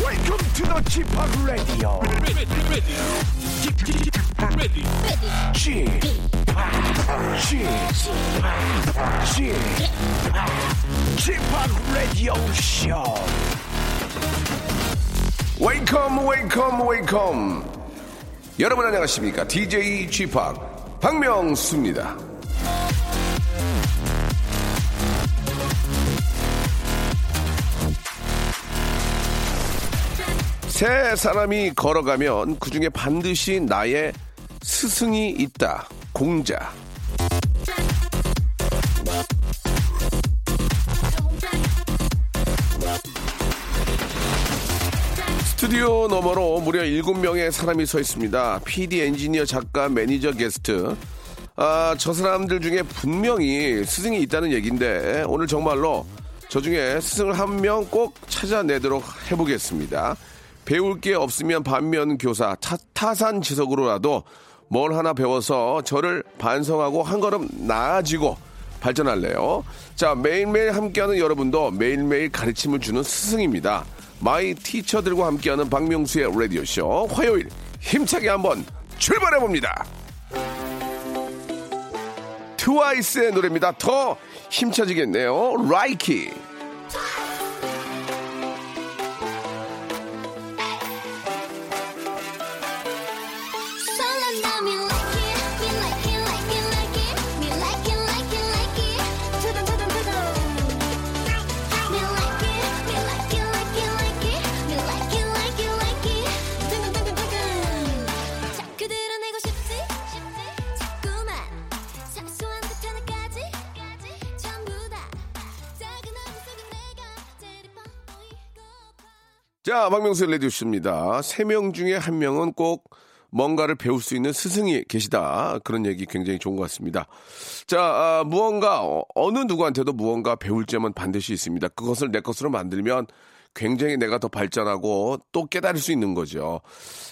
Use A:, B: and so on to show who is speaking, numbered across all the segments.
A: Welcome to the Chip Radio.
B: ready, ready, ready,
A: Chip, Chip, Chip, Radio Show.
C: 웨이컴 웨이컴 웨이컴 여러분 안녕하십니까 DJ g p 박명수입니다 세 사람이 걸어가면 그 중에 반드시 나의 스승이 있다 공자 스튜디오 너머로 무려 7명의 사람이 서 있습니다. PD, 엔지니어, 작가, 매니저, 게스트. 아, 저 사람들 중에 분명히 스승이 있다는 얘기인데 오늘 정말로 저 중에 스승을 한 명 꼭 찾아내도록 해보겠습니다. 배울 게 없으면 반면 교사, 타, 타산지석으로라도 뭘 하나 배워서 저를 반성하고 한 걸음 나아지고 발전할래요. 자, 매일매일 함께하는 여러분도 매일매일 가르침을 주는 스승입니다. 마이 티처들과 함께하는 박명수의 라디오쇼 화요일 힘차게 한번 출발해 봅니다. 트와이스의 노래입니다. 더 힘차지겠네요. 라이키.
D: So love now me like it, me like it, like it, like it, me like it, like it, like it. To the to the to the. Me like it, me like it, like it, like it, me like it, like it, like it. To the to the to the. 자 그대로 내고 싶지, 싶지, 자꾸만 사소한 듯 하나까지, 전부 다 작은 어둠 속에 내가 되짚어 보이고.
C: 자, 박명수의 레디오쇼입니다. 세 명 중에 한 명은 꼭 뭔가를 배울 수 있는 스승이 계시다. 그런 얘기 굉장히 좋은 것 같습니다. 자, 아, 무언가, 어, 어느 누구한테도 무언가 배울 점은 반드시 있습니다. 그것을 내 것으로 만들면 굉장히 내가 더 발전하고 또 깨달을 수 있는 거죠.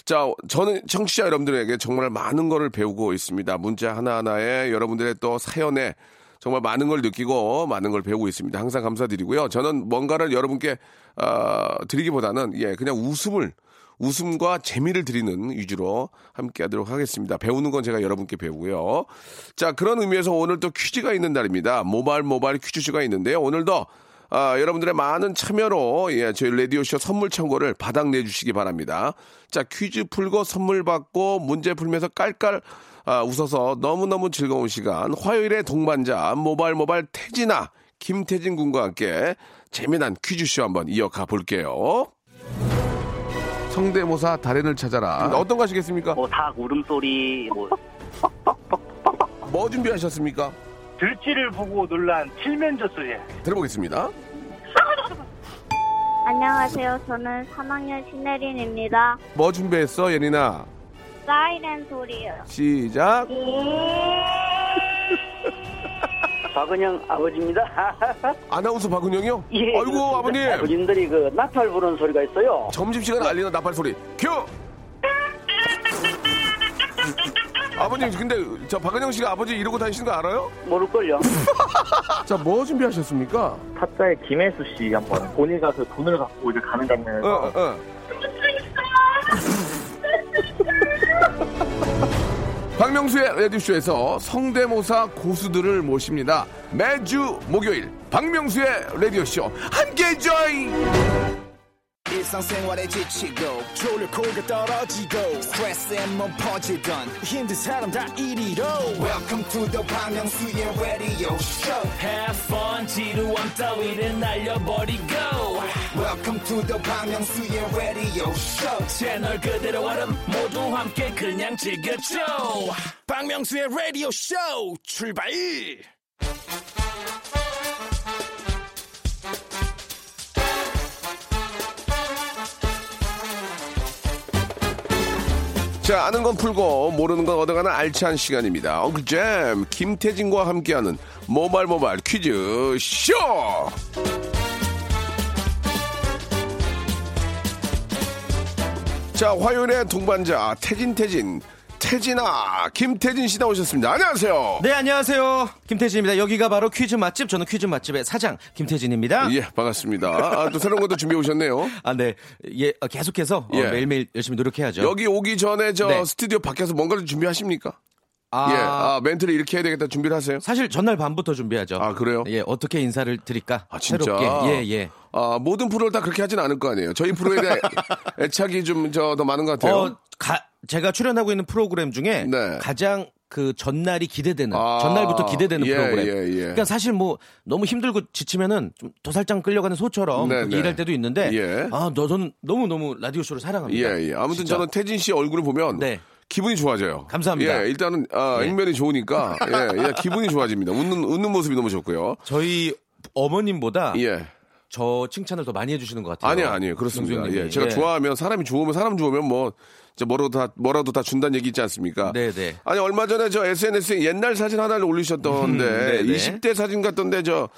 C: 자, 저는 청취자 여러분들에게 정말 많은 거를 배우고 있습니다. 문자 하나하나에 여러분들의 또 사연에 정말 많은 걸 느끼고 많은 걸 배우고 있습니다. 항상 감사드리고요. 저는 뭔가를 여러분께 아, 드리기보다는 예 그냥 웃음을 웃음과 재미를 드리는 위주로 함께하도록 하겠습니다. 배우는 건 제가 여러분께 배우고요. 자 그런 의미에서 오늘 또 퀴즈가 있는 날입니다. 모발 모발 퀴즈쇼가 있는데요. 오늘도 아, 여러분들의 많은 참여로 예, 저희 라디오쇼 선물 청구를 바닥 내주시기 바랍니다. 자 퀴즈 풀고 선물 받고 문제 풀면서 깔깔 아, 웃어서 너무너무 즐거운 시간 화요일의 동반자 모발 모발 태진아 김태진 군과 함께 재미난 퀴즈쇼 한번 이어가 볼게요. 성대모사 달인을 찾아라. 음, 어떤 거 하시겠습니까?
E: 뭐 닭 울음소리 뭐
C: 뭐 준비하셨습니까?
F: 들쥐를 보고 놀란 칠면조 소리.
C: 들어보겠습니다.
G: 안녕하세요. 저는 3학년 신혜린입니다.
C: 뭐 준비했어, 예린아?
G: 사이렌 소리요.
C: 시작.
H: 박은영 아버지입니다.
C: 아나운서 박은영이요?
H: 예,
C: 아이고
H: 그렇습니다.
C: 아버님.
H: 군인들이 그 나팔 부는 소리가 있어요.
C: 점심시간 알리는 나팔 소리. 큐. 아버님 근데 저 박은영 씨가 아버지 이러고 다니시는 거 알아요?
H: 모를걸요.
C: 자 뭐 준비하셨습니까?
F: 타짜의 김혜수 씨 한번 본인 가서 돈을 갖고 이제 가는
C: 어,
F: 장면에서
C: 어, 어. 박명수의 라디오쇼에서 성대모사 고수들을 모십니다. 매주 목요일 박명수의 라디오쇼 함께 join!
A: 일상생활에 지치고, 졸려 코가 떨어지고, 스트레스에 몸 퍼지던, 힘든 사람 다 이리로. welcome to the Bang Myung-soo's radio show
B: have fun 지루한 따위를 날려버리고
A: welcome to the Bang Myung-soo's radio show
B: 채널 그대로 얼음 모두 함께 그냥 즐겨줘
A: 박명수의 라디오 쇼 출발!
C: 자, 아는 건 풀고 모르는 건 얻어가는 알찬 시간입니다. 엉클잼 김태진과 함께하는 모발모발 퀴즈 쇼. 자, 화요일의 동반자 태진 태진 태진아 김태진 씨 나오셨습니다. 안녕하세요.
I: 네, 안녕하세요. 김태진입니다. 여기가 바로 퀴즈 맛집. 저는 퀴즈 맛집의 사장 김태진입니다.
C: 예, 반갑습니다. 아, 또 새로운 것도 준비해 오셨네요.
I: 아, 네. 예, 어, 계속해서 어,
C: 예.
I: 매일매일 열심히 노력해야죠.
C: 여기 오기 전에 저
I: 네.
C: 스튜디오 밖에서 뭔가를 준비하십니까?
I: 아,
C: 예, 아, 멘트를 이렇게 해야 되겠다 준비를 하세요.
I: 사실 전날 밤부터 준비하죠.
C: 아, 그래요?
I: 예, 어떻게 인사를 드릴까?
C: 아, 진짜.
I: 새롭게. 예, 예.
C: 아, 모든 프로를 다 그렇게 하진 않을 거 아니에요. 저희 프로에 대한 애착이 좀 저 더 많은 것 같아요.
I: 어, 가- 제가 출연하고 있는 프로그램 중에
C: 네.
I: 가장 그 전날이 기대되는
C: 아,
I: 전날부터 기대되는
C: 예,
I: 프로그램.
C: 예, 예.
I: 그러니까 사실 뭐 너무 힘들고 지치면은 좀 도살장 끌려가는 소처럼
C: 네,
I: 그렇게
C: 네.
I: 일할 때도 있는데
C: 예.
I: 아, 너 저는 너무 너무 라디오 쇼를 사랑합니다.
C: 예, 예. 아무튼
I: 네. 진짜.
C: 저는 태진 씨 얼굴을 보면
I: 네.
C: 기분이 좋아져요.
I: 감사합니다.
C: 예, 일단은 아,
I: 예.
C: 액면이 좋으니까 예, 예, 기분이 좋아집니다. 웃는 웃는 모습이 너무 좋고요.
I: 저희 어머님보다
C: 예.
I: 저 칭찬을 더 많이 해주시는 것 같아요.
C: 아니요, 아니요. 그렇습니다.
I: 명수님이.
C: 예, 제가
I: 예.
C: 좋아하면 사람이 좋으면 사람 좋으면 뭐 이제 뭐라도 다 뭐라도 다 준다는 얘기 있지 않습니까?
I: 네, 네.
C: 아니 얼마 전에 저 SNS에 옛날 사진 하나를 올리셨던데
I: 네, 네.
C: 20대 사진 같던데 저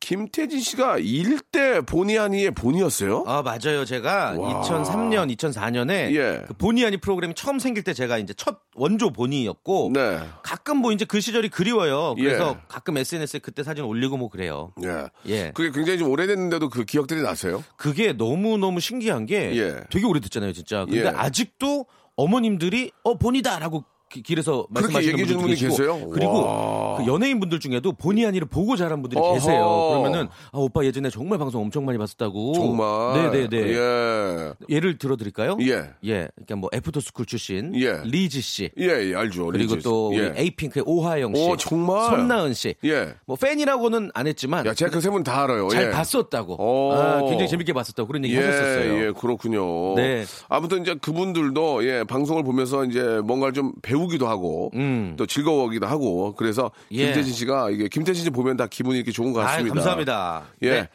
C: 김태진 씨가 일대 본의 아니의 본이었어요?
I: 아 맞아요. 제가
C: 와.
I: 2003년, 2004년에
C: 예.
I: 그 본의 아니 프로그램이 처음 생길 때 제가 이제 첫 원조 본의였고
C: 네.
I: 가끔 뭐 이제 그 시절이 그리워요. 그래서
C: 예.
I: 가끔 SNS에 그때 사진 올리고 뭐 그래요.
C: 예.
I: 예.
C: 그게 굉장히 좀 오래됐는데도 그 기억들이 나세요?
I: 그게 너무 너무 신기한 게
C: 예.
I: 되게 오래됐잖아요, 진짜. 근데
C: 예.
I: 아직도 어머님들이 어 본이다라고 기- 길에서
C: 그렇게
I: 말씀하시는
C: 얘기해 주는
I: 분들도
C: 분이
I: 계시고
C: 계세요?
I: 그리고
C: 와.
I: 그 연예인 분들 중에도 본의 아니를 보고 자란 분들이
C: 어허.
I: 계세요. 그러면은 아 오빠 예전에 정말 방송 엄청 많이 봤었다고.
C: 정말.
I: 네네네. 어?
C: 예.
I: 예를 들어드릴까요?
C: 예.
I: 그러니까 뭐 애프터스쿨 출신
C: 예.
I: 리지 씨.
C: 예, 예, 알죠.
I: 그리고
C: 리즈.
I: 또 우리
C: 예.
I: 에이핑크의 오하영 씨,
C: 오, 정말.
I: 손나은 씨,
C: 예.
I: 뭐 팬이라고는 안 했지만
C: 야, 제가 그 세 분 다 알아요.
I: 잘
C: 예.
I: 봤었다고,
C: 오.
I: 아, 굉장히 재밌게 봤었다고 그런 얘기
C: 예,
I: 하셨었어요.
C: 예, 그렇군요.
I: 네.
C: 아무튼 이제 그분들도 예, 방송을 보면서 이제 뭔가를 좀 배우기도 하고
I: 음.
C: 또 즐거워하기도 하고 그래서
I: 예.
C: 김태진 씨가 이게 김태진 씨 보면 다 기분이 이렇게 좋은 것
I: 아,
C: 같습니다.
I: 감사합니다.
C: 예.
I: 네.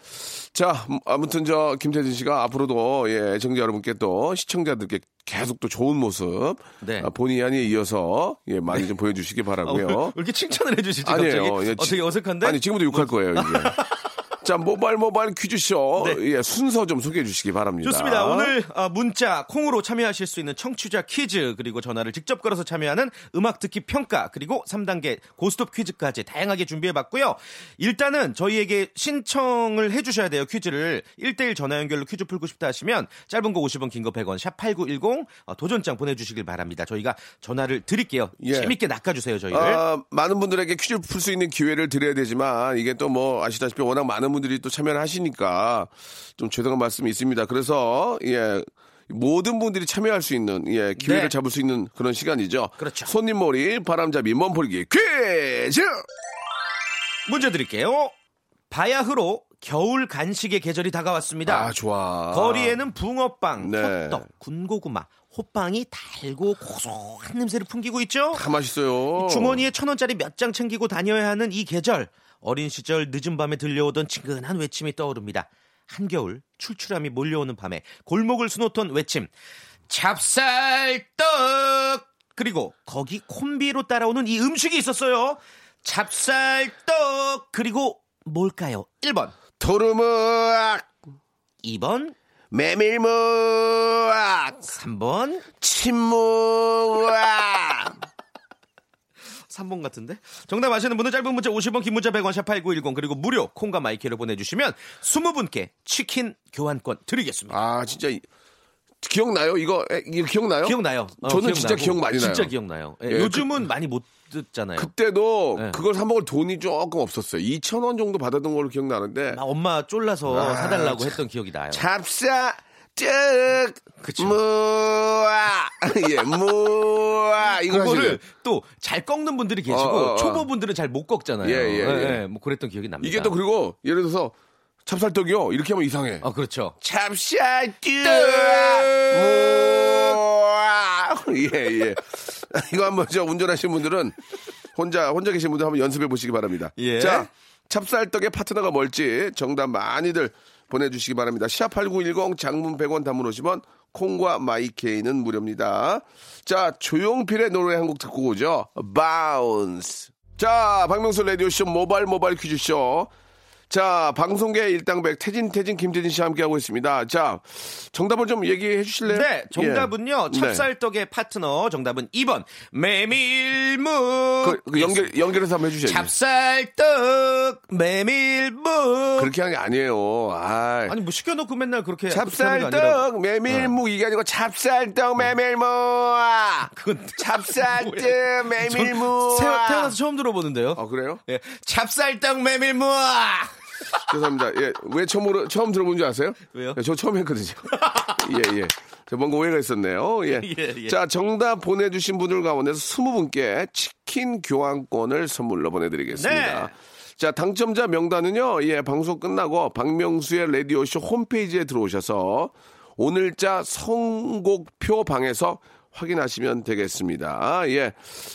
C: 자, 음, 아무튼 저 김태진 씨가 앞으로도 예, 애청자 여러분께 또 시청자들께 계속 또 좋은 모습
I: 네.
C: 아, 본의 아니에 이어서 예, 많이 좀 보여주시기
I: 아, 왜, 왜
C: 바라고요.
I: 이렇게 칭찬을 해주시지
C: 아니에요.
I: 갑자기?
C: 예,
I: 어, 되게
C: 지-
I: 어색한데? 뭐.
C: 아니 지금부터 욕할 거예요. 이제. 자 모발 모발 퀴즈쇼
I: 네.
C: 예, 순서 좀 소개해 주시기 바랍니다.
I: 좋습니다. 오늘 아, 문자 콩으로 참여하실 수 있는 청취자 퀴즈 그리고 전화를 직접 걸어서 참여하는 음악 듣기 평가 그리고 3단계 고스톱 퀴즈까지 다양하게 준비해봤고요. 일단은 저희에게 신청을 해주셔야 돼요. 퀴즈를 1대1 전화 연결로 퀴즈 풀고 싶다 하시면 짧은 거 50원 긴 거 100원 샵 8910 어, 도전장 보내주시길 바랍니다. 저희가 전화를 드릴게요.
C: 예.
I: 재밌게 낚아주세요. 저희를.
C: 아, 많은 분들에게 퀴즈 풀 수 있는 기회를 드려야 되지만 이게 또 뭐 아시다시피 워낙 많은 분들이 또 참여를 하시니까 좀 죄송한 말씀이 있습니다. 그래서 예. 모든 분들이 참여할 수 있는 예, 기회를
I: 네.
C: 잡을 수 있는 그런 시간이죠.
I: 그렇죠.
C: 손님몰이 바람잡이 멈벌기 퀴즈.
I: 문제 드릴게요. 바야흐로 겨울 간식의 계절이 다가왔습니다.
C: 아 좋아.
I: 거리에는 붕어빵,
C: 네.
I: 호떡, 군고구마, 호빵이 달고 고소한 냄새를 풍기고 있죠.
C: 다 맛있어요.
I: 주머니에 천 원짜리 몇 장 챙기고 다녀야 하는 이 계절. 어린 시절 늦은 밤에 들려오던 친근한 외침이 떠오릅니다. 한겨울 출출함이 몰려오는 밤에 골목을 수놓던 외침. 찹쌀떡! 그리고 거기 콤비로 따라오는 이 음식이 있었어요. 찹쌀떡! 그리고 뭘까요? 1번,
C: 도루묵
I: 2번,
C: 메밀묵
I: 3번,
C: 침묵
I: 3번 같은데? 정답 아시는 분은 짧은 문자 50원, 긴 문자 100원, 샵8910 그리고 무료 콩과 마이크로 보내주시면 20분께 치킨 교환권 드리겠습니다.
C: 아 진짜 이- 기억나요? 이거 에, 이거 기억나요?
I: 기억나요? 어,
C: 저는 진짜
I: 기억나고.
C: 기억 많이 나요.
I: 진짜 기억나요. 예,
C: 예,
I: 요즘은 많이 못 듣잖아요.
C: 그때도
I: 네.
C: 그걸 사 먹을 돈이 조금 없었어요. 2천 원 정도 받았던 걸로 기억나는데
I: 막 엄마 쫄라서
C: 아,
I: 사달라고 했던 기억이 나요.
C: 잡사 쭉
I: 그쵸.
C: 무아 예 무아 이거
I: 그거를
C: 사실
I: 또 잘 꺾는 분들이 계시고
C: 어, 어, 어.
I: 초보분들은 잘 못 꺾잖아요.
C: 예, 예, 예.
I: 뭐 그랬던 기억이 납니다.
C: 이게 또 그리고 예를 들어서 찹쌀떡이요 이렇게 하면 이상해.
I: 아 그렇죠.
C: 찹쌀떡 무아 예예 이거 한번 저 운전하시는 분들은 혼자 혼자 계신 분들 한번 연습해 보시기 바랍니다.
I: 예.
C: 자 찹쌀떡의 파트너가 뭘지 정답 많이들 보내주시기 바랍니다. 샵8910 장문 100원 단문 50원 콩과 마이케이는 무료입니다. 자 조용필의 노래 한 곡 듣고 오죠. 바운스 자 박명수 라디오쇼 모발 모발 퀴즈쇼 자, 방송계 일당백 태진 태진 김태진 씨와 함께 하고 있습니다. 자, 정답을 좀 얘기해 주실래요?
I: 네, 정답은요.
C: 예.
I: 찹쌀떡의 파트너 정답은 2번 메밀묵.
C: 그, 그 연결 연결해서 한번 해주셔야죠.
I: 찹쌀떡 메밀묵.
C: 예, 그렇게 하는 게 아니에요. 아,
I: 아니 뭐 시켜놓고 맨날 그렇게 그렇게 네. 하는 게 아니라
C: 찹쌀떡 메밀묵 이게 아니고 찹쌀떡 메밀묵.
I: 그건
C: 찹쌀떡 메밀묵.
I: 전 태- 태어나서 처음 들어보는데요.
C: 아 그래요?
I: 예, 찹쌀떡 메밀묵.
C: 죄송합니다. 예, 왜 처음으로 처음 들어본 줄 아세요?
I: 왜요?
C: 예, 저 처음 했거든요. 예, 예. 저 뭔가 오해가 있었네요. 예.
I: 예, 예.
C: 자, 정답 보내주신 분들 가운데서 20분께 치킨 교환권을 선물로 보내드리겠습니다.
I: 네.
C: 자, 당첨자 명단은요, 예, 방송 끝나고 박명수의 라디오쇼 홈페이지에 들어오셔서 오늘자 선곡표 방에서 확인하시면 되겠습니다. 예.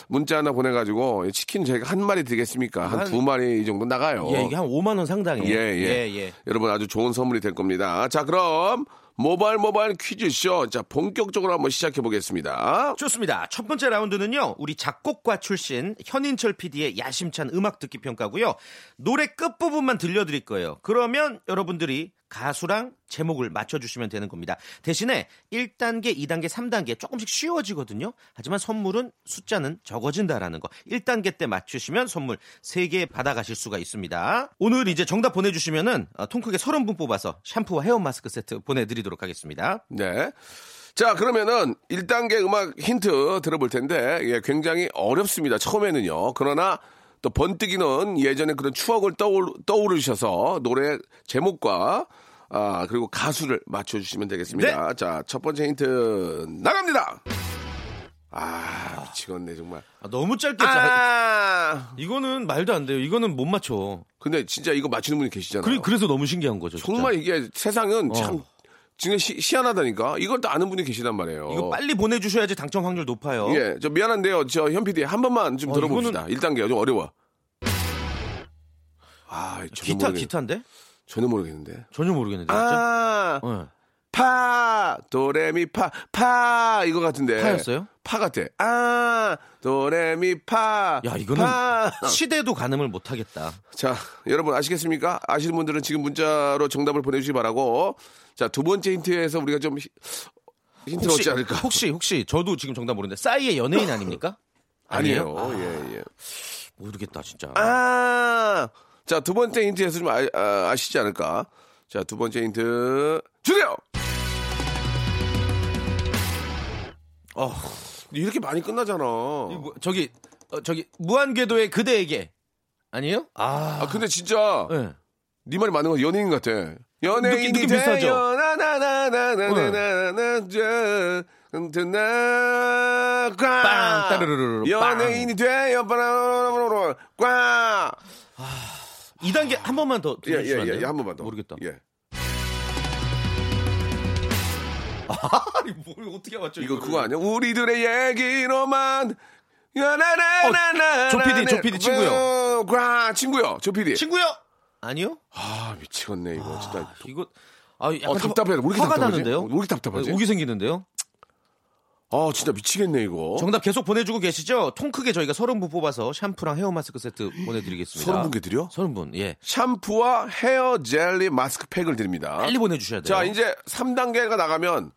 C: 문자 하나 보내가지고 치킨 저희가 한 마리 드리겠습니까? 한
I: 한-
C: 두 마리 정도 나가요.
I: 예, 이게 한 5만 원 상당이에요.
C: 예, 예. 여러분 아주 좋은 선물이 될 겁니다. 자, 그럼 모바일 모바일 퀴즈쇼. 자, 본격적으로 한번 시작해 보겠습니다.
I: 좋습니다. 첫 번째 라운드는요, 우리 작곡가 출신 현인철 PD의 야심찬 음악 듣기 평가고요. 노래 끝부분만 들려드릴 거예요. 그러면 여러분들이 가수랑 제목을 맞춰주시면 되는 겁니다. 대신에 1단계, 2단계, 3단계 조금씩 쉬워지거든요. 하지만 선물은 숫자는 적어진다라는 거. 1단계 때 맞추시면 선물 3개 받아가실 수가 있습니다. 오늘 이제 정답 보내주시면은 어, 통크게 30분 뽑아서 샴푸와 헤어 마스크 세트 보내드리도록 하겠습니다.
C: 네. 자, 그러면은 1단계 음악 힌트 들어볼 텐데, 예, 굉장히 어렵습니다. 처음에는요. 그러나 또 번뜩이는 예전에 그런 추억을 떠올, 떠오르셔서 노래 제목과 아, 그리고 가수를 맞춰주시면 되겠습니다. 자, 첫 번째 힌트 나갑니다! 아, 미치겠네, 정말.
I: 아, 너무 짧게 짜-
C: 아!
I: 이거는 말도 안 돼요. 이거는 못 맞춰.
C: 근데 진짜 이거 맞히는 분이 계시잖아요.
I: 그래, 그래서 너무 신기한 거죠. 진짜.
C: 정말 이게 세상은 참
I: 어.
C: 진짜 시, 희한하다니까. 이걸 또 아는 분이 계시단 말이에요.
I: 이거 빨리 보내주셔야지 당첨 확률 높아요.
C: 예, 저 미안한데요. 저 현 PD 한 번만 좀
I: 어,
C: 들어봅시다. 1단계요. 좀 어려워. 아, 전혀
I: 기타
C: 모르겠,
I: 기타인데
C: 전혀 모르겠는데.
I: 전혀 모르겠는데. 진짜?
C: 아,
I: 어.
C: 파, 도레미 파, 파 이거 같은데.
I: 파였어요?
C: 파 같아. 아, 도레미 파.
I: 야, 이거는
C: 파.
I: 시대도 가늠을 못하겠다.
C: 자, 여러분 아시겠습니까? 아시는 분들은 지금 문자로 정답을 보내주시기 바라고. 자, 두 번째 힌트에서 우리가 좀 히- 힌트를 얻지 않을까?
I: 혹시 혹시 저도 지금 정답 모르는데 싸이의 연예인 아닙니까?
C: 아니에요.
I: 아니에요?
C: 예, 예.
I: 모르겠다 진짜.
C: 아! 자, 두 번째 힌트에서 좀 아, 시지 않을까? 자, 두 번째 힌트 주세요!
I: 어,
C: 아, 이렇게 많이 끝나잖아.
I: 이거 뭐- 저기 어, 저기 무한궤도의 그대에게 아니에요? 아,
C: 아, 근데 진짜
I: 예.
C: 네 말이 맞는 거 연예인 같아. 연예인이
I: 느낌 비슷하죠?
C: 나나나나나나나나나 꽝
I: 빵, 따르르르르, 빵.
C: 연예인이 돼요 빠라라라라라 꽝
I: 2단계 한 번만 더
C: 예, 예,
I: 들려주시면 안
C: 예,
I: 돼요?
C: 예, 한 번만 더.
I: 모르겠다.
C: 예.
I: 아니 뭘 어떻게 맞죠?
C: 이거
I: 이거를.
C: 그거 아니야? 우리들의 얘기로만 나나나나나
I: 어, 조 PD, 조 PD 친구요.
C: 꽝 친구요. 조 PD.
I: 친구요? 아니요?
C: 아, 미치겠네 이거 진짜.
I: 이거 아 약간
C: 어, 답답해. 왜 이렇게
I: 화가
C: 답답하지?
I: 나는데요? 어,
C: 왜 이렇게 답답하지?
I: 오기 생기는데요?
C: 아, 진짜 미치겠네 이거.
I: 정답 계속 보내주고 계시죠? 통 크게 저희가 서른 분 뽑아서 샴푸랑 헤어 마스크 세트 보내드리겠습니다.
C: 서른 분께 드려?
I: 서른 분, 예.
C: 샴푸와 헤어 젤리 마스크팩을 드립니다.
I: 빨리 보내주셔야 돼요.
C: 아. 자, 이제 3단계가 나가면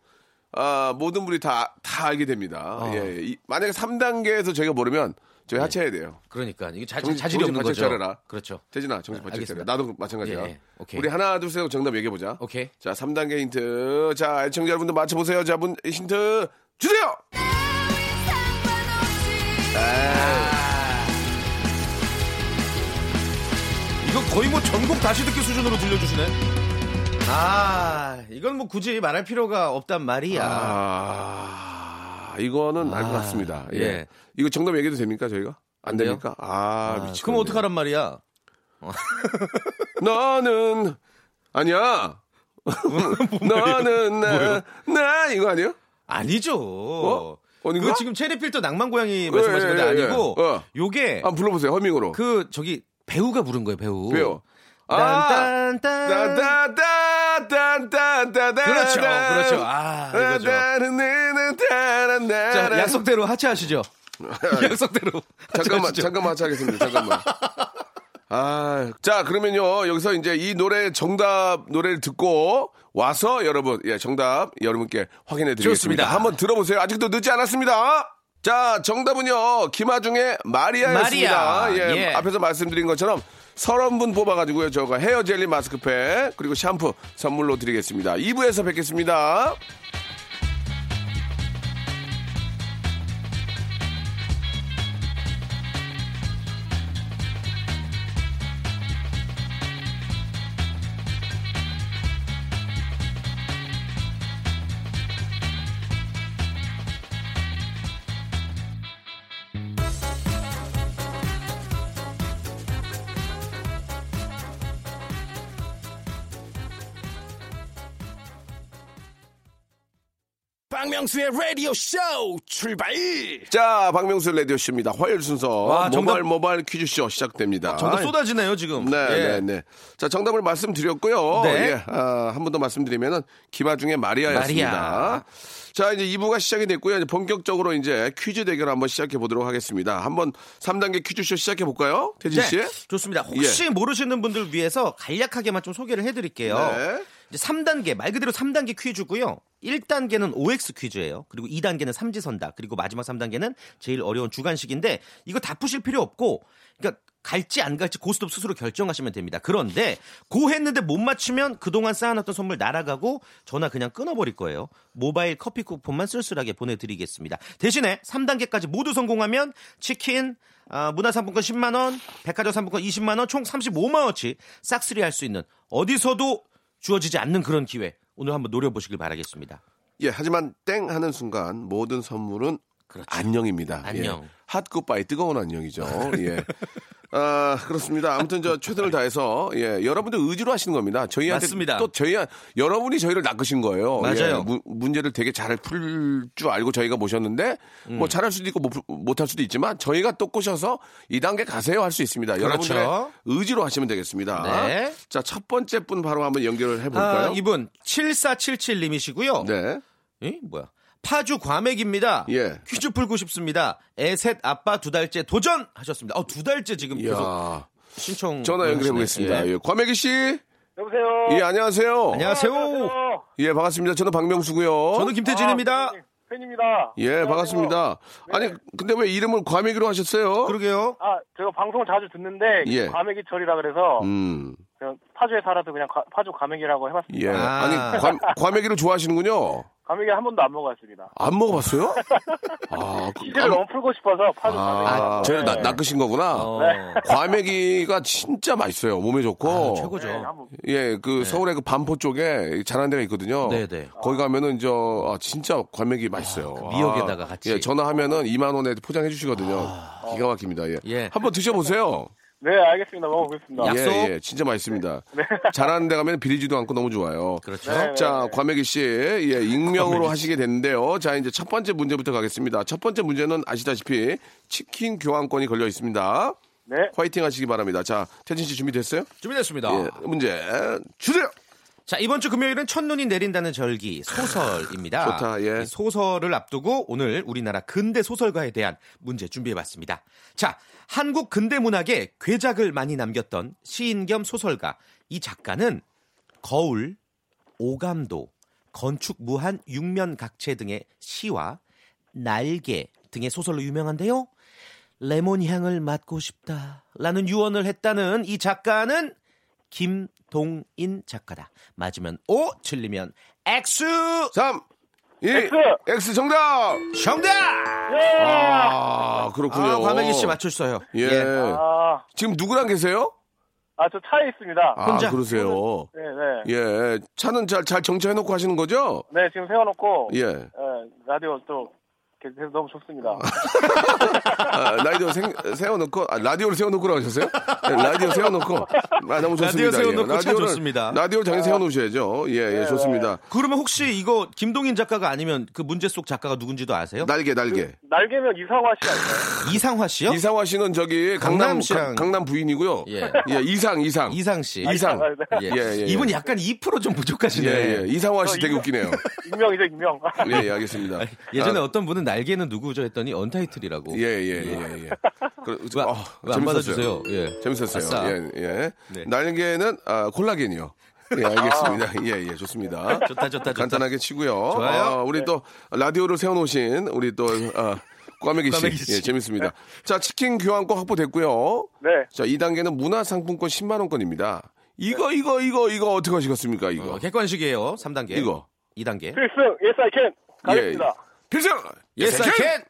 C: 아, 모든 분이 다, 다 알게 됩니다.
I: 아.
C: 예, 이- 만약에 3단계에서 저희가 모르면
I: 네.
C: 저희 하차해야 돼요.
I: 그러니까 이게 자,
C: 정신-
I: 질이
C: 정신
I: 없는 거죠.
C: 바짝 차려라.
I: 그렇죠.
C: 태진아, 정신 바짝 차려.
I: 알겠습니다.
C: 나도 마찬가지야.
I: 예, 예. 오케이.
C: 우리 하나, 둘, 셋 정답 얘기해보자.
I: 오케이.
C: 자, 3단계 힌트. 자, 애청자 여러분들 맞춰보세요. 자, 문, 힌트 주세요!
I: 아. 이거 거의 뭐 전곡 다시 듣기 수준으로 들려주시네. 아, 이건 뭐 굳이 말할 필요가 없단 말이야. 아,
C: 아, 이거는 알 것
I: 아,
C: 같습니다. 예.
I: 예.
C: 이거 정답 얘기해도 됩니까, 저희가? 안
I: 돼요?
C: 됩니까? 아, 미치겠네.
I: 그럼 어떡하란 말이야?
C: 너는 아니야. 너는 나, 나 이거 아니에요?
I: 아니죠.
C: 어? 아닌가?
I: 그 지금 체리필터 낭만 고양이
C: 예,
I: 말씀하신 건데
C: 예, 예.
I: 아니고
C: 어.
I: 요게
C: 한번 불러보세요. 허밍으로.
I: 예. 그 저기 배우가 부른 거예요, 배우.
C: 왜요? 아,
I: 딴딴딴.
C: 따따따따따따따.
I: 그렇죠, 그렇죠. 아, 이거죠. 자,
C: 자,
I: 약속대로 하차하시죠. 약속대로.
C: 잠깐만,
I: 하차하시죠.
C: 잠깐만 하겠습니다. 잠깐만. 아, 자, 그러면요. 여기서 이제 이 노래 정답 노래를 듣고 와서 여러분, 예, 정답 여러분께 확인해 드리겠습니다.
I: 좋습니다.
C: 한번 들어보세요. 아직도 늦지 않았습니다. 자, 정답은요. 김하중의 마리아였습니다.
I: 마리아.
C: 예,
I: 예.
C: 앞에서 말씀드린 것처럼 30분 뽑아가지고요. 저가 헤어 젤리 마스크팩 그리고 샴푸 선물로 드리겠습니다. 2부에서 뵙겠습니다.
B: 박명수의 라디오 쇼 출발
C: 자, 박명수 라디오쇼입니다. 화요일 순서
I: 와, 정답-
C: 모바일 모바일 퀴즈쇼 시작됩니다.
I: 정답 쏟아지네요 지금.
C: 네,
I: 예.
C: 네, 네. 자, 정답을 말씀드렸고요.
I: 네.
C: 예, 아, 한 번 더 말씀드리면은 김하중의 마리아였습니다.
I: 마리아.
C: 자, 이제 2부가 시작이 됐고요. 이제 본격적으로 이제 퀴즈 대결 한번 시작해 보도록 하겠습니다. 한번 3단계 퀴즈쇼 시작해 볼까요? 태진 씨?
I: 네, 좋습니다. 혹시 모르시는 분들 위해서 간략하게만 좀 소개를 해드릴게요.
C: 네.
I: 이제 3단계 말 그대로 3단계 퀴즈고요. 1단계는 OX 퀴즈예요. 그리고 2단계는 삼지선다. 그리고 마지막 3단계는 제일 어려운 주간식인데 이거 다 푸실 필요 없고 그러니까 갈지 안 갈지 고스톱 스스로 결정하시면 됩니다. 그런데 고 했는데 못 맞추면 그동안 쌓아놨던 선물 날아가고 전화 그냥 끊어버릴 거예요. 모바일 커피 쿠폰만 쓸쓸하게 보내드리겠습니다. 대신에 3단계까지 모두 성공하면 치킨, 아, 문화상품권 10만원, 백화점 상품권 20만원, 총 35만원치 싹쓸이 할 수 있는 어디서도 주어지지 않는 그런 기회 오늘 한번 노려보시길 바라겠습니다.
C: 예, 하지만 땡 하는 순간 모든 선물은 안녕입니다.
I: 그렇죠. 안녕.
C: 예. 핫 굿바이 뜨거운 안녕이죠. 예. 아, 그렇습니다. 아무튼 저 최선을 다해서 예, 여러분들 의지로 하시는 겁니다. 저희한테
I: 맞습니다.
C: 또 저희 여러분이 저희를 낚으신 거예요.
I: 맞아요.
C: 예, 무- 문제를 되게 잘 풀 줄 알고 저희가 모셨는데
I: 음.
C: 뭐 잘할 수도 있고 못 할 수도 있지만 저희가 또 꼬셔서 이단계 가세요 할 수 있습니다. 여러분들의 의지로 하시면 되겠습니다.
I: 그렇죠. 네.
C: 자, 첫 번째 분 바로 한번 연결을 해
I: 아,
C: 볼까요?
I: 이분 7477님이시고요.
C: 네.
I: 에? 뭐야? 파주 과맥입니다.
C: 예.
I: 퀴즈 풀고 싶습니다. 애셋 아빠 두 달째 도전 하셨습니다. 어, 두 달째 지금 계속
C: 이야.
I: 신청
C: 음, 전화 연결해 보겠습니다.
I: 예.
C: 예. 과메기 씨,
F: 여보세요.
C: 예 안녕하세요.
I: 안녕하세요.
C: 예 반갑습니다. 저는 박명수고요.
I: 저는 김태진입니다.
F: 아, 네, 어? 팬입니다.
C: 예 반갑습니다. 아니 근데 왜 이름을 과메기로 하셨어요?
I: 네. 그러게요.
F: 아, 제가 방송을 자주 듣는데
C: 예.
F: 과메기철이라 그래서
C: 음,
F: 그냥 파주에 살아도 그냥 과- 파주 과메기라고 해봤습니다.
C: 예.
I: 아.
C: 아. 니 과, 과메기를 좋아하시는군요.
F: 과메기 한 번도 안 먹어봤습니다.
C: 안 먹어봤어요? 아, 그,
F: 기대를 너무 풀고 싶어서 파주 과메기.
C: 아, 저희를 낚- 낚으신 거구나.
I: 네. 어,
C: 과메기가 진짜 맛있어요. 몸에 좋고.
I: 아, 최고죠.
F: 네, 한번
C: 예, 그 서울의 그 반포 쪽에 잘하는 데가 있거든요.
I: 네네.
C: 거기 가면은 저 아, 진짜 과메기 맛있어요.
I: 그 미역에다가 같이.
C: 예, 전화하면은 2만 원에 포장해 주시거든요. 기가 막힙니다. 예.
I: 예.
C: 한번 드셔보세요.
F: 네, 알겠습니다. 먹어보겠습니다.
I: 약속.
C: 예, 예, 진짜 맛있습니다. 잘하는 데 가면 비리지도 않고 너무 좋아요.
I: 그렇죠.
C: 자, 과메기 씨, 예, 익명으로 하시게 됐는데요. 자, 이제 첫 번째 문제부터 가겠습니다. 첫 번째 문제는 아시다시피 치킨 교환권이 걸려 있습니다.
F: 네.
C: 화이팅 하시기 바랍니다. 자, 태진 씨 준비됐어요?
I: 준비됐습니다.
C: 예, 문제 주세요.
I: 자 이번 주 금요일은 첫눈이 내린다는 절기 소설입니다.
C: 좋다, 예.
I: 이 소설을 앞두고 오늘 우리나라 근대 소설가에 대한 문제 준비해봤습니다. 자 한국 근대 문학에 괴작을 많이 남겼던 시인 겸 소설가 이 작가는 거울, 오감도, 건축 무한 육면각체 등의 시와 날개 등의 소설로 유명한데요. 레몬 향을 맡고 싶다라는 유언을 했다는 이 작가는 김동인 작가다. 맞으면 O, 틀리면 X.
C: 3, 2, X,
F: X.
C: 정답!
I: 정답!
C: 아, 그렇군요.
I: 아, 과메기 씨 맞췄어요.
C: 예.
F: 아,
C: 지금 누구랑 계세요?
F: 아, 저 차에 있습니다.
C: 아,
I: 혼자.
C: 그러세요.
F: 네, 네.
C: 예. 차는 잘, 잘 정차해놓고 하시는 거죠?
F: 네, 지금 세워놓고
C: 예.
F: 예, 라디오 또 계속 너무
I: 음.
F: 좋습니다.
C: 아, 라디오 생, 세워놓고, 아, 라디오를 세워놓고라고 하셨어요? 예, 라디오 세워놓고. 아, 너무 좋습니다.
I: 라디오 세워놓고
C: 예.
I: 차 좋습니다.
C: 라디오를 당연히 세워놓으셔야죠. 예, 예, 좋습니다.
I: 그러면 혹시 이거 김동인 작가가 아니면 그 문제 속 작가가 누군지도 아세요?
C: 날개, 날개.
F: 날개면 이상화 씨 아니에요?
I: 이상화 씨요?
C: 그 이상화 씨는 저기 강남,
I: 강남
C: 강,
I: 씨랑-
C: 강남 부인이고요.
I: 예.
C: 예, 이상, 이상.
I: 이상 씨.
C: 이상.
F: 아, 네.
I: 예.
C: 예, 예.
I: 이분 약간 2%좀 부족하시네.
C: 예, 예. 이상화 씨 되게 웃기네요.
F: 익명이죠, 익명.
I: 아.
C: 예, 예, 알겠습니다.
I: 예전에
C: 아,
I: 어떤 분은 날개는 누구죠 했더니 언타이틀이라고.
C: 예, 예, 예, 예. 그래,
I: 왜 안- 왜안 받아주세요? 예. 아싸.
C: 재밌었어요. 예, 예.
I: 네.
C: 날개는 아, 콜라겐이요. 예, 알겠습니다. 예, 예, 좋습니다.
I: 좋다, 좋다, 좋다.
C: 간단하게 치고요.
I: 좋아요. 네.
C: 아, 우리 또 라디오를 세워놓으신 우리 또 아, 꽈배기 씨.
I: 꽈배기 씨.
C: 예, 재밌습니다. 자, 치킨 교환권 확보됐고요.
F: 네.
C: 자, 2단계는 문화상품권 10만 원권입니다. 이거, 이거, 이거, 이거 어떻게 하시겠습니까? 이거.
I: 네. 어, 객관식이에요. 3단계.
C: 이거. 예.
I: 2단계.
F: 필승, yes I can.
I: 예,
F: 가겠습니다.
C: 필승!
I: Yes, I can!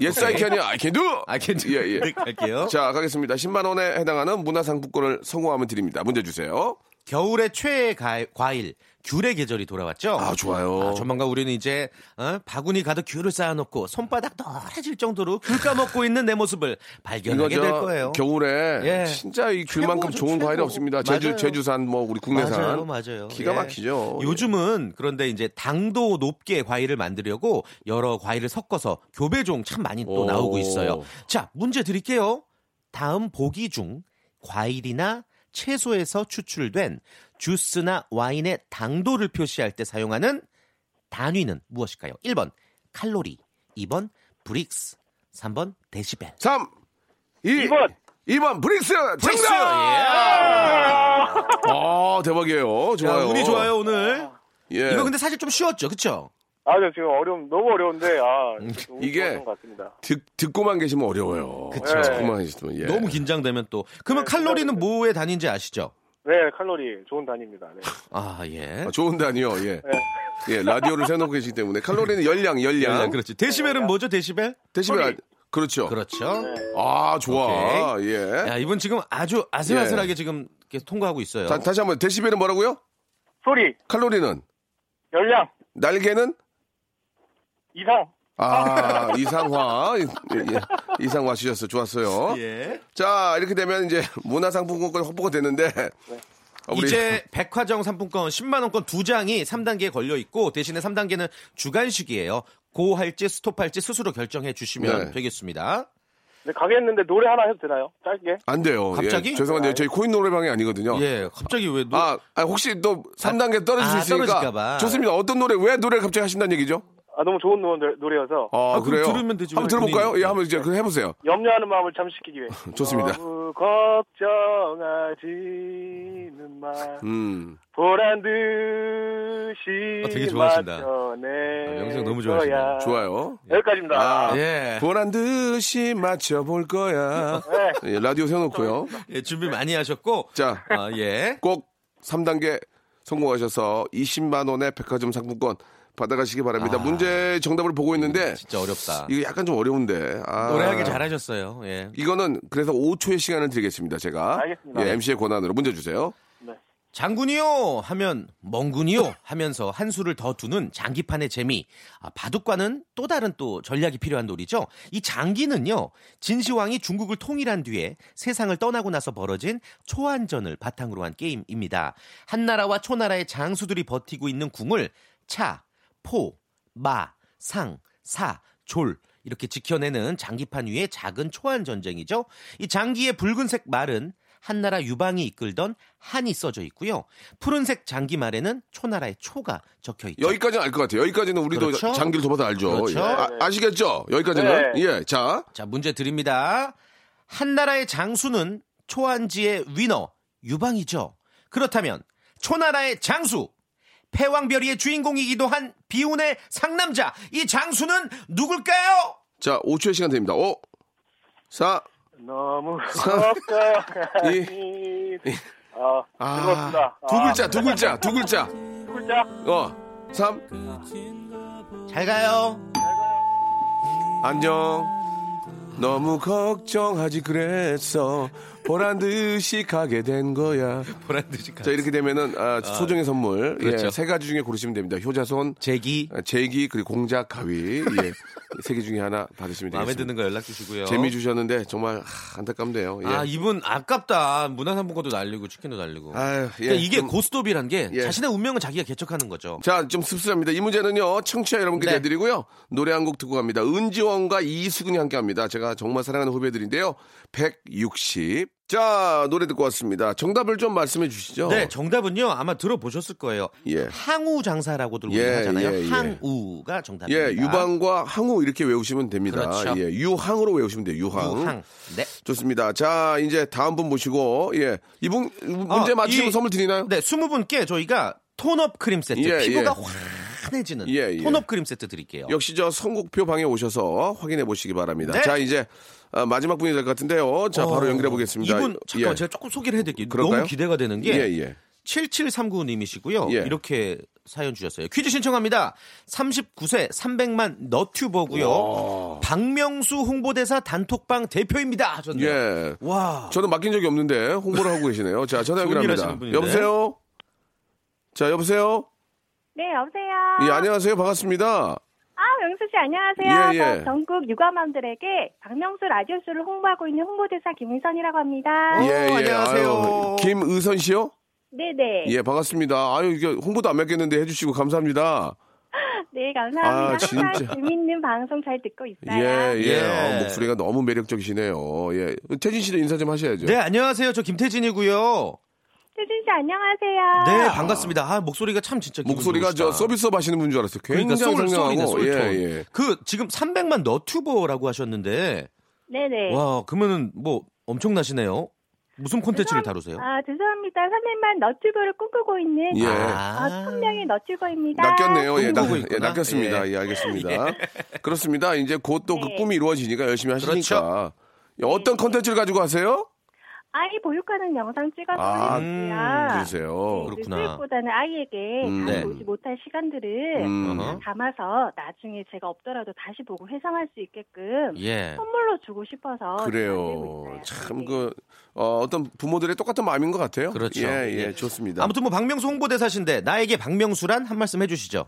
C: Yes, I can이요. I can do!
I: I can do. 네.
C: 예, 예.
I: 아, 갈게요.
C: 자, 가겠습니다. 10만 원에 해당하는 문화상품권을 성공하면 드립니다. 문제 주세요.
I: 겨울의 최애 가- 과일 귤의 계절이 돌아왔죠.
C: 아, 좋아요.
I: 아, 조만간 우리는 이제 어? 바구니 가득 귤을 쌓아놓고 손바닥 노래질 정도로 귤 까먹고 있는 내 모습을 발견하게
C: 이거죠.
I: 될 거예요.
C: 겨울에
I: 예.
C: 진짜 이 귤만큼
I: 최고죠,
C: 좋은 과일이
I: 최고.
C: 없습니다.
I: 맞아요.
C: 제주 제주산 뭐 우리 국내산
I: 맞아요, 맞아요.
C: 기가
I: 예.
C: 막히죠.
I: 요즘은 그런데 이제 당도 높게 과일을 만들려고 여러 과일을 섞어서 교배종 참 많이 또
C: 오.
I: 나오고 있어요. 자, 문제 드릴게요. 다음 보기 중 과일이나 채소에서 추출된 주스나 와인의 당도를 표시할 때 사용하는 단위는 무엇일까요? 1번 칼로리, 2번 브릭스, 3번 데시벨.
C: 3 2
F: 이번.
C: 2번 브릭스
I: 브릭스! 예.
C: 정답. 아, 대박이에요.
I: 야,
C: 좋아요.
I: 운이 좋아요 오늘.
C: 예.
I: 이거 근데 사실 좀 쉬웠죠, 그렇죠?
F: 아, 네, 지금 어려움, 너무 어려운데, 아.
I: 음,
F: 너무
C: 이게-
F: 좋았던 것 같습니다.
C: 듣, 듣고만 계시면 어려워요.
I: 그쵸. 예.
C: 듣고만 계시면 예.
I: 너무 긴장되면 또 그러면
F: 네,
I: 칼로리는
F: 긴장되죠.
I: 뭐에 단인지 아시죠?
F: 네, 칼로리 좋은 단위입니다. 네.
I: 아 예.
C: 아, 좋은 단위요. 예. 예, 라디오를 세놓고 계시기 때문에 칼로리는 열량, 열량.
I: 예, 그렇지.
C: 네.
I: 데시벨은 뭐죠? 데시벨?
C: 대시면 알- 그렇죠.
I: 그렇죠.
C: 아, 좋아. 예.
I: 야 이분 지금 아주 아슬아슬하게 지금 이렇게 통과하고 있어요.
C: 다, 다시 한번 데시벨은 뭐라고요?
F: 소리,
C: 칼로리는
F: 열량,
C: 날개는
F: 이상.
C: 아 이상화 예, 예. 이상화 씨셨어 좋았어요.
I: 예.
C: 자 이렇게 되면 이제 문화상품권 확보가 되는데 아, 우리
I: 이제 백화점 상품권 10만 원권 두 장이 3단계에 걸려 있고 대신에 3단계는 주간식이에요. 고할지 스톱할지 스스로 결정해 주시면
C: 네.
I: 되겠습니다.
F: 네, 가겠는데 노래 하나 해도 되나요? 짧게?
C: 안 돼요. 예,
I: 갑자기?
C: 죄송한데 요 저희 코인 노래방이 아니거든요.
I: 예. 갑자기 왜 노...
C: 어. 아, 아, 혹시 또 3단계 떨어질 수
I: 아, 떨어질까
C: 있으니까
I: 봐.
C: 좋습니다. 어떤 노래 왜 노래 를 갑자기 하신다는 얘기죠?
F: 아, 너무 좋은 노래, 노래여서.
C: 아,
I: 아, 그럼
C: 그래요.
I: 들으면 되지,
C: 한번
I: 왜
C: 들어볼까요?
I: 괜히.
C: 예, 한번 이제 그 해보세요.
F: 염려하는 마음을 잠식키기 위해.
C: 좋습니다.
F: 너무 걱정하지는 마.
C: 음,
F: 보란 듯이.
I: 아, 되게 좋아하신다.
F: 맞춰낼
I: 아, 명성 너무 좋아하시네.
F: 거야.
C: 좋아요.
F: 여기까지입니다.
C: 아,
I: 예.
C: 보란 듯이 맞춰볼 거야.
F: 네.
C: 예, 라디오 세워놓고요.
I: 예, 준비 많이 하셨고
C: 자,
I: 아 예.
C: 꼭 3단계 성공하셔서 20만 원의 백화점 상품권 받아가시기 바랍니다.
I: 아.
C: 문제 정답을 보고 있는데
I: 진짜 어렵다.
C: 네. 이거 약간 좀 어려운데. 아.
I: 노래하기 잘하셨어요. 예.
C: 이거는 그래서 5초의 시간을 드리겠습니다. 제가
F: 알겠습니다.
C: 예, MC의 권한으로 문제 주세요.
I: 장군이요 하면 멍군이요 하면서 한 수를 더 두는 장기판의 재미. 아, 바둑과는 또 다른 또 전략이 필요한 놀이죠. 이 장기는요 진시황이 중국을 통일한 뒤에 세상을 떠나고 나서 벌어진 초안전을 바탕으로 한 게임입니다. 한나라와 초나라의 장수들이 버티고 있는 궁을 차, 포, 마, 상, 사, 졸 이렇게 지켜내는 장기판 위의 작은 초안 전쟁이죠. 이 장기의 붉은색 말은 한나라 유방이 이끌던 한이 써져 있고요. 푸른색 장기 말에는 초나라의 초가 적혀 있죠.
C: 여기까지는 알 것 같아요. 여기까지는 우리도
I: 그렇죠?
C: 장기를 둬봐서 알죠.
I: 그렇죠?
C: 예. 아, 시겠죠 여기까지는.
F: 네.
C: 예, 자.
I: 자, 문제 드립니다. 한나라의 장수는 초한지의 위너 유방이죠. 그렇다면 초나라의 장수 패왕별이의 주인공이기도 한 비운의 상남자 이 장수는 누굴까요?
C: 자, 5초의 시간 됩니다. 5, 4,
F: 너무
C: 아.
F: 걱정하지. 아,
C: 아,
F: 즐거웠습니다.
C: 두
F: 아,
C: 글자, 두 글자, 두 글자.
F: 두 글자.
C: 어, 3,
I: 잘 가요.
C: 안녕. 너무 걱정하지 그랬어. 보란 듯이 가게 된 거야.
I: 보란 듯이 가.
C: 자, 이렇게 되면은, 아, 소정의 선물.
I: 그렇죠.
C: 예, 세 가지 중에 고르시면 됩니다. 효자손,
I: 제기
C: 아, 제기, 그리고 공작, 가위. 예. 세 개 중에 하나 받으시면 되겠습니다.
I: 마음에 드는 거 연락 주시고요.
C: 재미 주셨는데 정말 하, 안타깝네요. 예.
I: 아 이분 아깝다. 문화상품권도 날리고 치킨도 날리고.
C: 아유, 예,
I: 그러니까 이게
C: 좀-
I: 고스톱이란 게
C: 예.
I: 자신의 운명은 자기가 개척하는 거죠.
C: 자, 좀 씁쓸합니다. 이 문제는요, 청취자 여러분께
I: 네.
C: 내드리고요. 노래 한 곡 듣고 갑니다. 은지원과 이수근이 함께 합니다. 제가 정말 사랑하는 후배들인데요. 160. 자, 노래 듣고 왔습니다. 정답을 좀 말씀해 주시죠.
I: 네, 정답은요. 아마 들어보셨을 거예요.
C: 그렇죠. 예.
I: 항우 장사라고들
C: 예,
I: 우리하잖아요.
C: 예, 예.
I: 항우가 정답입니다.
C: 예, 유방과 항우 이렇게 외우시면 됩니다.
I: 그렇죠.
C: 예, 유항으로 외우시면 돼요. 유항.
I: 유항. 네.
C: 좋습니다. 자, 이제 다음 분 모시고 예. 이분 문제
I: 아,
C: 맞히면
I: 이-
C: 선물 드리나요?
I: 네, 20분께 저희가 톤업 크림 세트
C: 예,
I: 피부가
C: 예.
I: 환해지는
C: 예, 예.
I: 톤업 크림 세트 드릴게요.
C: 역시 저 선곡표 방에 오셔서 확인해 보시기 바랍니다.
I: 네.
C: 자, 이제 아, 마지막 분이 될 것 같은데요. 자, 바로
I: 어,
C: 연결해 보겠습니다.
I: 이분 잠깐
C: 예.
I: 제가 조금 소개를 해드릴게요.
C: 그럴까요?
I: 너무 기대가 되는 게
C: 예, 예.
I: 7739님이시고요.
C: 예.
I: 이렇게 사연 주셨어요. 퀴즈 신청합니다. 39세 300만 너튜버고요. 박명수 홍보대사 단톡방 대표입니다. 하셨네요.
C: 예.
I: 와.
C: 저는 맡긴 적이 없는데 홍보를 하고 계시네요. 자, 전화
I: 좋은 일
C: 연결합니다.
I: 하시는 분인데.
C: 여보세요? 자, 여보세요?
G: 네, 여보세요.
C: 예, 안녕하세요. 반갑습니다.
I: 어,
G: 아, 명수 씨 안녕하세요.
C: 예, 예.
G: 저 전국 육아맘들에게 박명수 라디오쇼를 홍보하고 있는 홍보대사 김희선이라고 합니다.
C: 예, 예.
I: 안녕하세요.
C: 아유, 김의선 씨요?
G: 네네.
C: 예, 반갑습니다. 아유, 이게 홍보도 안 맡겼는데 해주시고 감사합니다.
G: 네, 감사합니다.
C: 아,
G: 항상
C: 진짜.
G: 재밌는 방송 잘 듣고 있어요.
C: 예, 예.
I: 예.
C: 어, 목소리가 너무 매력적이시네요. 예. 태진 씨도 인사 좀 하셔야죠.
I: 네, 안녕하세요. 저 김태진이고요.
G: 태진 씨 안녕하세요.
I: 네, 반갑습니다. 아, 목소리가 참 진짜 기분
C: 목소리가
I: 좋으시다.
C: 저 서비스업 하시는 분 줄 알았어요.
I: 그러니까
C: 굉장히
I: 소울 소울이네,
C: 상냥하고.
I: 소울톤.
C: 예, 예.
I: 그 지금 300만 너튜버라고 하셨는데
G: 네네.
I: 와, 그러면은 뭐 엄청나시네요. 무슨 콘텐츠를 다루세요?
G: 아, 죄송합니다. 3일만 너튜브를 꿈꾸고 있는
C: 예.
G: 아, 천명의 너튜버입니다.
C: 낚였네요. 예, 낚,
I: 꿈꾸고
C: 예,
I: 있구나.
C: 낚였습니다. 예,
I: 예.
C: 알겠습니다. 그렇습니다. 이제 곧 또 그
G: 네.
C: 꿈이 이루어지니까 열심히
I: 그렇죠.
C: 하시니까. 예, 어떤 컨텐츠를 가지고 하세요?
G: 아이 보육하는 영상 찍어서
C: 아,
G: 올려주고요.
I: 음,
C: 어, 그러세요.
I: 그렇구나.
G: 보다는 아이에게
C: 음,
I: 네.
G: 다시 보지 못할 시간들을
C: 음.
I: 어허.
G: 담아서 나중에 제가 없더라도 다시 보고 회상할 수 있게끔
I: 예.
G: 선물로 주고 싶어서
C: 그래요.
G: 네.
C: 참, 그, 어, 어떤 부모들의 똑같은 마음인 것 같아요.
I: 그렇죠.
C: 예, 예,
I: 예.
C: 좋습니다.
I: 아무튼 뭐 박명수 홍보대사신데 나에게 박명수란 한 말씀 해주시죠.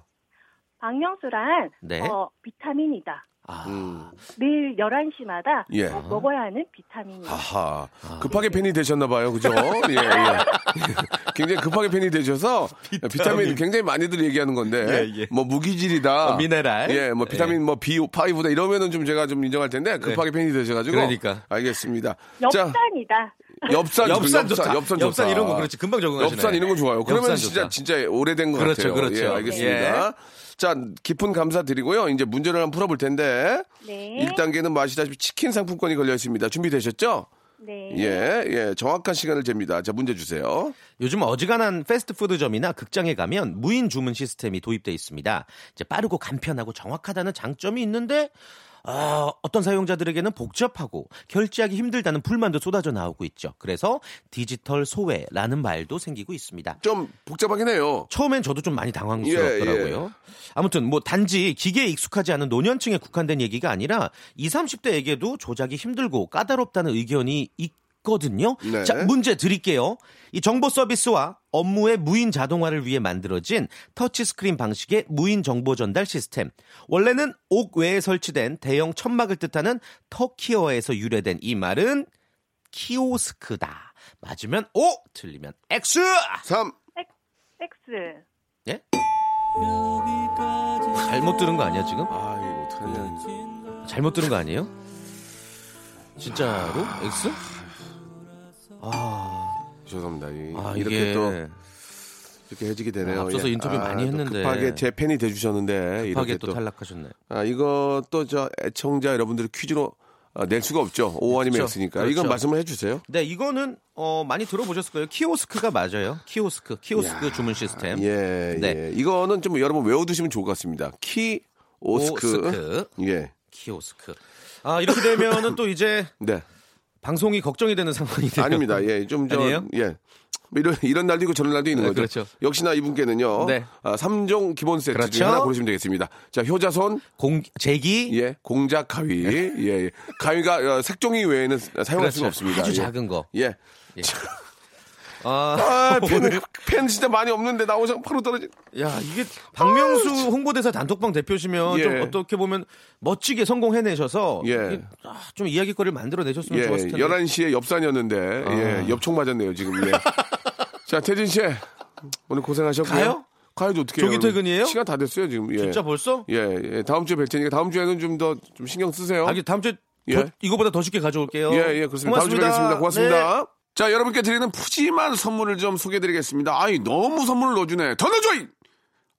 G: 박명수란
I: 네.
G: 어, 비타민이다.
I: 아,
C: 음.
G: 매일 11시마다
C: 예.
G: 꼭 먹어야 하는 비타민이다.
C: 아하.
I: 예.
C: 급하게 팬이 되셨나봐요. 그죠? 예, 예. 굉장히 급하게 팬이 되셔서 비타민, 굉장히 많이들 얘기하는 건데.
I: 예, 예.
C: 뭐 무기질이다.
I: 어, 미네랄.
C: 예, 뭐 비타민 뭐 B5다 이러면은 좀 제가 좀 인정할 텐데 급하게 팬이 되셔가지고.
I: 네. 그러니까.
C: 알겠습니다. 자,
G: 엽산이다.
C: 엽산,
I: 엽산
C: 엽산,
I: 좋다.
C: 엽산,
I: 엽산
C: 좋다.
I: 이런 거 그렇지. 금방 적응하시네.
C: 엽산 이런 거 좋아요. 그러면
I: 엽산
C: 진짜
I: 좋다.
C: 진짜 오래된 것
I: 그렇죠,
C: 같아요.
I: 그렇죠.
C: 예, 알겠습니다. 자, 깊은 감사 드리고요. 이제 문제를 한번 풀어볼 텐데.
G: 네.
C: 1단계는 마시다시피 치킨 상품권이 걸려 있습니다. 준비되셨죠?
G: 네.
C: 예, 예. 정확한 시간을 잽니다. 자, 문제 주세요.
I: 요즘 어지간한 패스트푸드점이나 극장에 가면 무인 주문 시스템이 도입돼 있습니다. 이제 빠르고 간편하고 정확하다는 장점이 있는데 아, 어떤 사용자들에게는 복잡하고 결제하기 힘들다는 불만도 쏟아져 나오고 있죠. 그래서 디지털 소외라는 말도 생기고 있습니다.
C: 좀 복잡하긴 해요.
I: 처음엔 저도 좀 많이 당황스럽더라고요.
C: 예, 예.
I: 아무튼 뭐 단지 기계에 익숙하지 않은 노년층에 국한된 얘기가 아니라 20, 30대에게도 조작이 힘들고 까다롭다는 의견이 있거든요.
C: 네.
I: 자, 문제 드릴게요. 이 정보 서비스와 업무의 무인 자동화를 위해 만들어진 터치스크린 방식의 무인 정보 전달 시스템. 원래는 옥외에 설치된 대형 천막을 뜻하는 터키어에서 유래된 이 말은 키오스크다. 맞으면 O, 틀리면 X!
C: 3.
G: 섹스.
I: 예? 잘못 들은 거 아니야 지금?
C: 아, 이거 어떡하냐.
I: 잘못 들은 거 아니에요? 진짜로? X? 아,
C: 죄송합니다. 이,
I: 아
C: 이렇게
I: 이게
C: 또 이렇게 해지게 되네요. 예.
I: 아, 앞서서 인터뷰 많이
C: 또
I: 했는데.
C: 급하게 제 팬이 돼 주셨는데
I: 급하게
C: 이렇게
I: 또,
C: 또,
I: 탈락하셨네.
C: 아, 이거 또 저 애청자 여러분들 퀴즈로 아, 낼 수가 없죠. 오아니면
I: 그렇죠.
C: X니까. 이건
I: 그렇죠.
C: 말씀을 해 주세요.
I: 네, 이거는 어 많이 들어보셨을 거예요. 키오스크가 맞아요. 키오스크, 키오스크 주문 시스템.
C: 예, 예.
I: 네.
C: 이거는 좀 여러분 외워두시면 좋을 것 같습니다. 키 오스크.
I: 오스크.
C: 예.
I: 키오스크. 아 이렇게 되면은 또 이제
C: 네.
I: 방송이 걱정이 되는 상황이 돼요.
C: 아닙니다. 예, 좀 저,
I: 아니에요?
C: 예. 뭐 이런, 이런 날도 있고 저런 날도 있는
I: 네,
C: 거죠.
I: 그렇죠.
C: 역시나 이분께는요.
I: 네.
C: 아, 3종 기본 세트 중에
I: 그렇죠.
C: 하나 고르시면 되겠습니다. 자, 효자손,
I: 공 제기
C: 예, 공작 가위. 예, 예. 가위가 어, 색종이 외에는 사용할 수가
I: 그렇죠.
C: 없습니다.
I: 아주
C: 예.
I: 작은 거.
C: 예.
I: 아,
C: 아, 팬, 팬 진짜 많이 없는데 나오자 바로 떨어지.
I: 야 이게 박명수 홍보대사 단톡방 대표시면
C: 예.
I: 좀 어떻게 보면 멋지게 성공해내셔서
C: 예.
I: 이- 아, 좀 이야기거리를 만들어내셨으면
C: 예,
I: 음, 좋았을 텐데 아.
C: 11시에 엽산이었는데, 예, 엽총 맞았네요, 지금. 예. 자, 태진 씨, 오늘 고생하셨고요.
I: 가요?
C: 가야지 어떻게
I: 조기 퇴근이에요?
C: 시간 다 됐어요, 지금. 예.
I: 진짜 벌써?
C: 예, 예. 다음 주에 뵐 테니까 다음 주에는 좀 더 좀 신경 쓰세요.
I: 아, 이게 다음 주에 더-
C: 예.
I: 이거보다 더 쉽게 가져올게요.
C: 예, 예, 그렇습니다. 다음 주에 뵙겠습니다. 고맙습니다.
I: 네.
C: 자, 여러분께 드리는 푸짐한 선물을 좀 소개드리겠습니다. 아이, 너무 선물을 넣어주네. 더 넣어줘잉!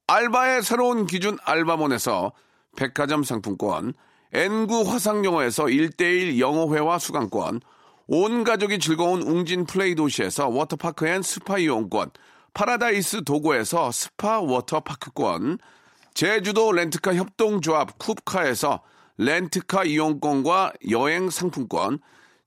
C: 알바의 새로운 기준 알바몬에서 백화점 상품권, N구 화상영어에서 1대1 영어회화 수강권, 온 가족이 즐거운 웅진 플레이 도시에서 워터파크 앤 스파 이용권, 파라다이스 도고에서 스파 워터파크권, 제주도 렌트카 협동조합 쿱카에서 렌트카 이용권과 여행 상품권,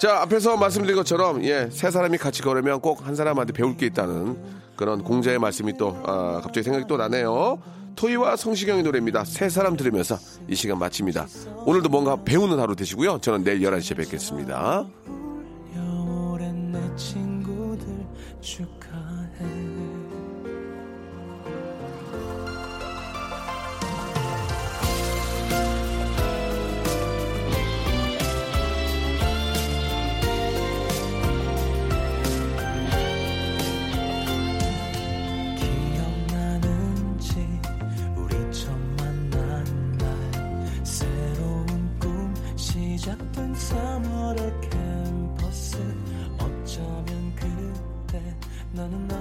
C: 자 앞에서 말씀드린 것처럼 예 세 사람이 같이 걸으면 꼭 한 사람한테 배울 게 있다는 그런 공자의 말씀이 또 아, 갑자기 생각이 또 나네요. 토이와 성시경의 노래입니다. 세 사람 들으면서 이 시간 마칩니다. 오늘도 뭔가 배우는 하루 되시고요. 저는 내일 11시에 뵙겠습니다.
B: 여울엔 내 친구들 축하해 기억나는지 우리 처음 만난 날 새로운 꿈 시작된 3월의 캠퍼스 어쩌면 그때 나는 나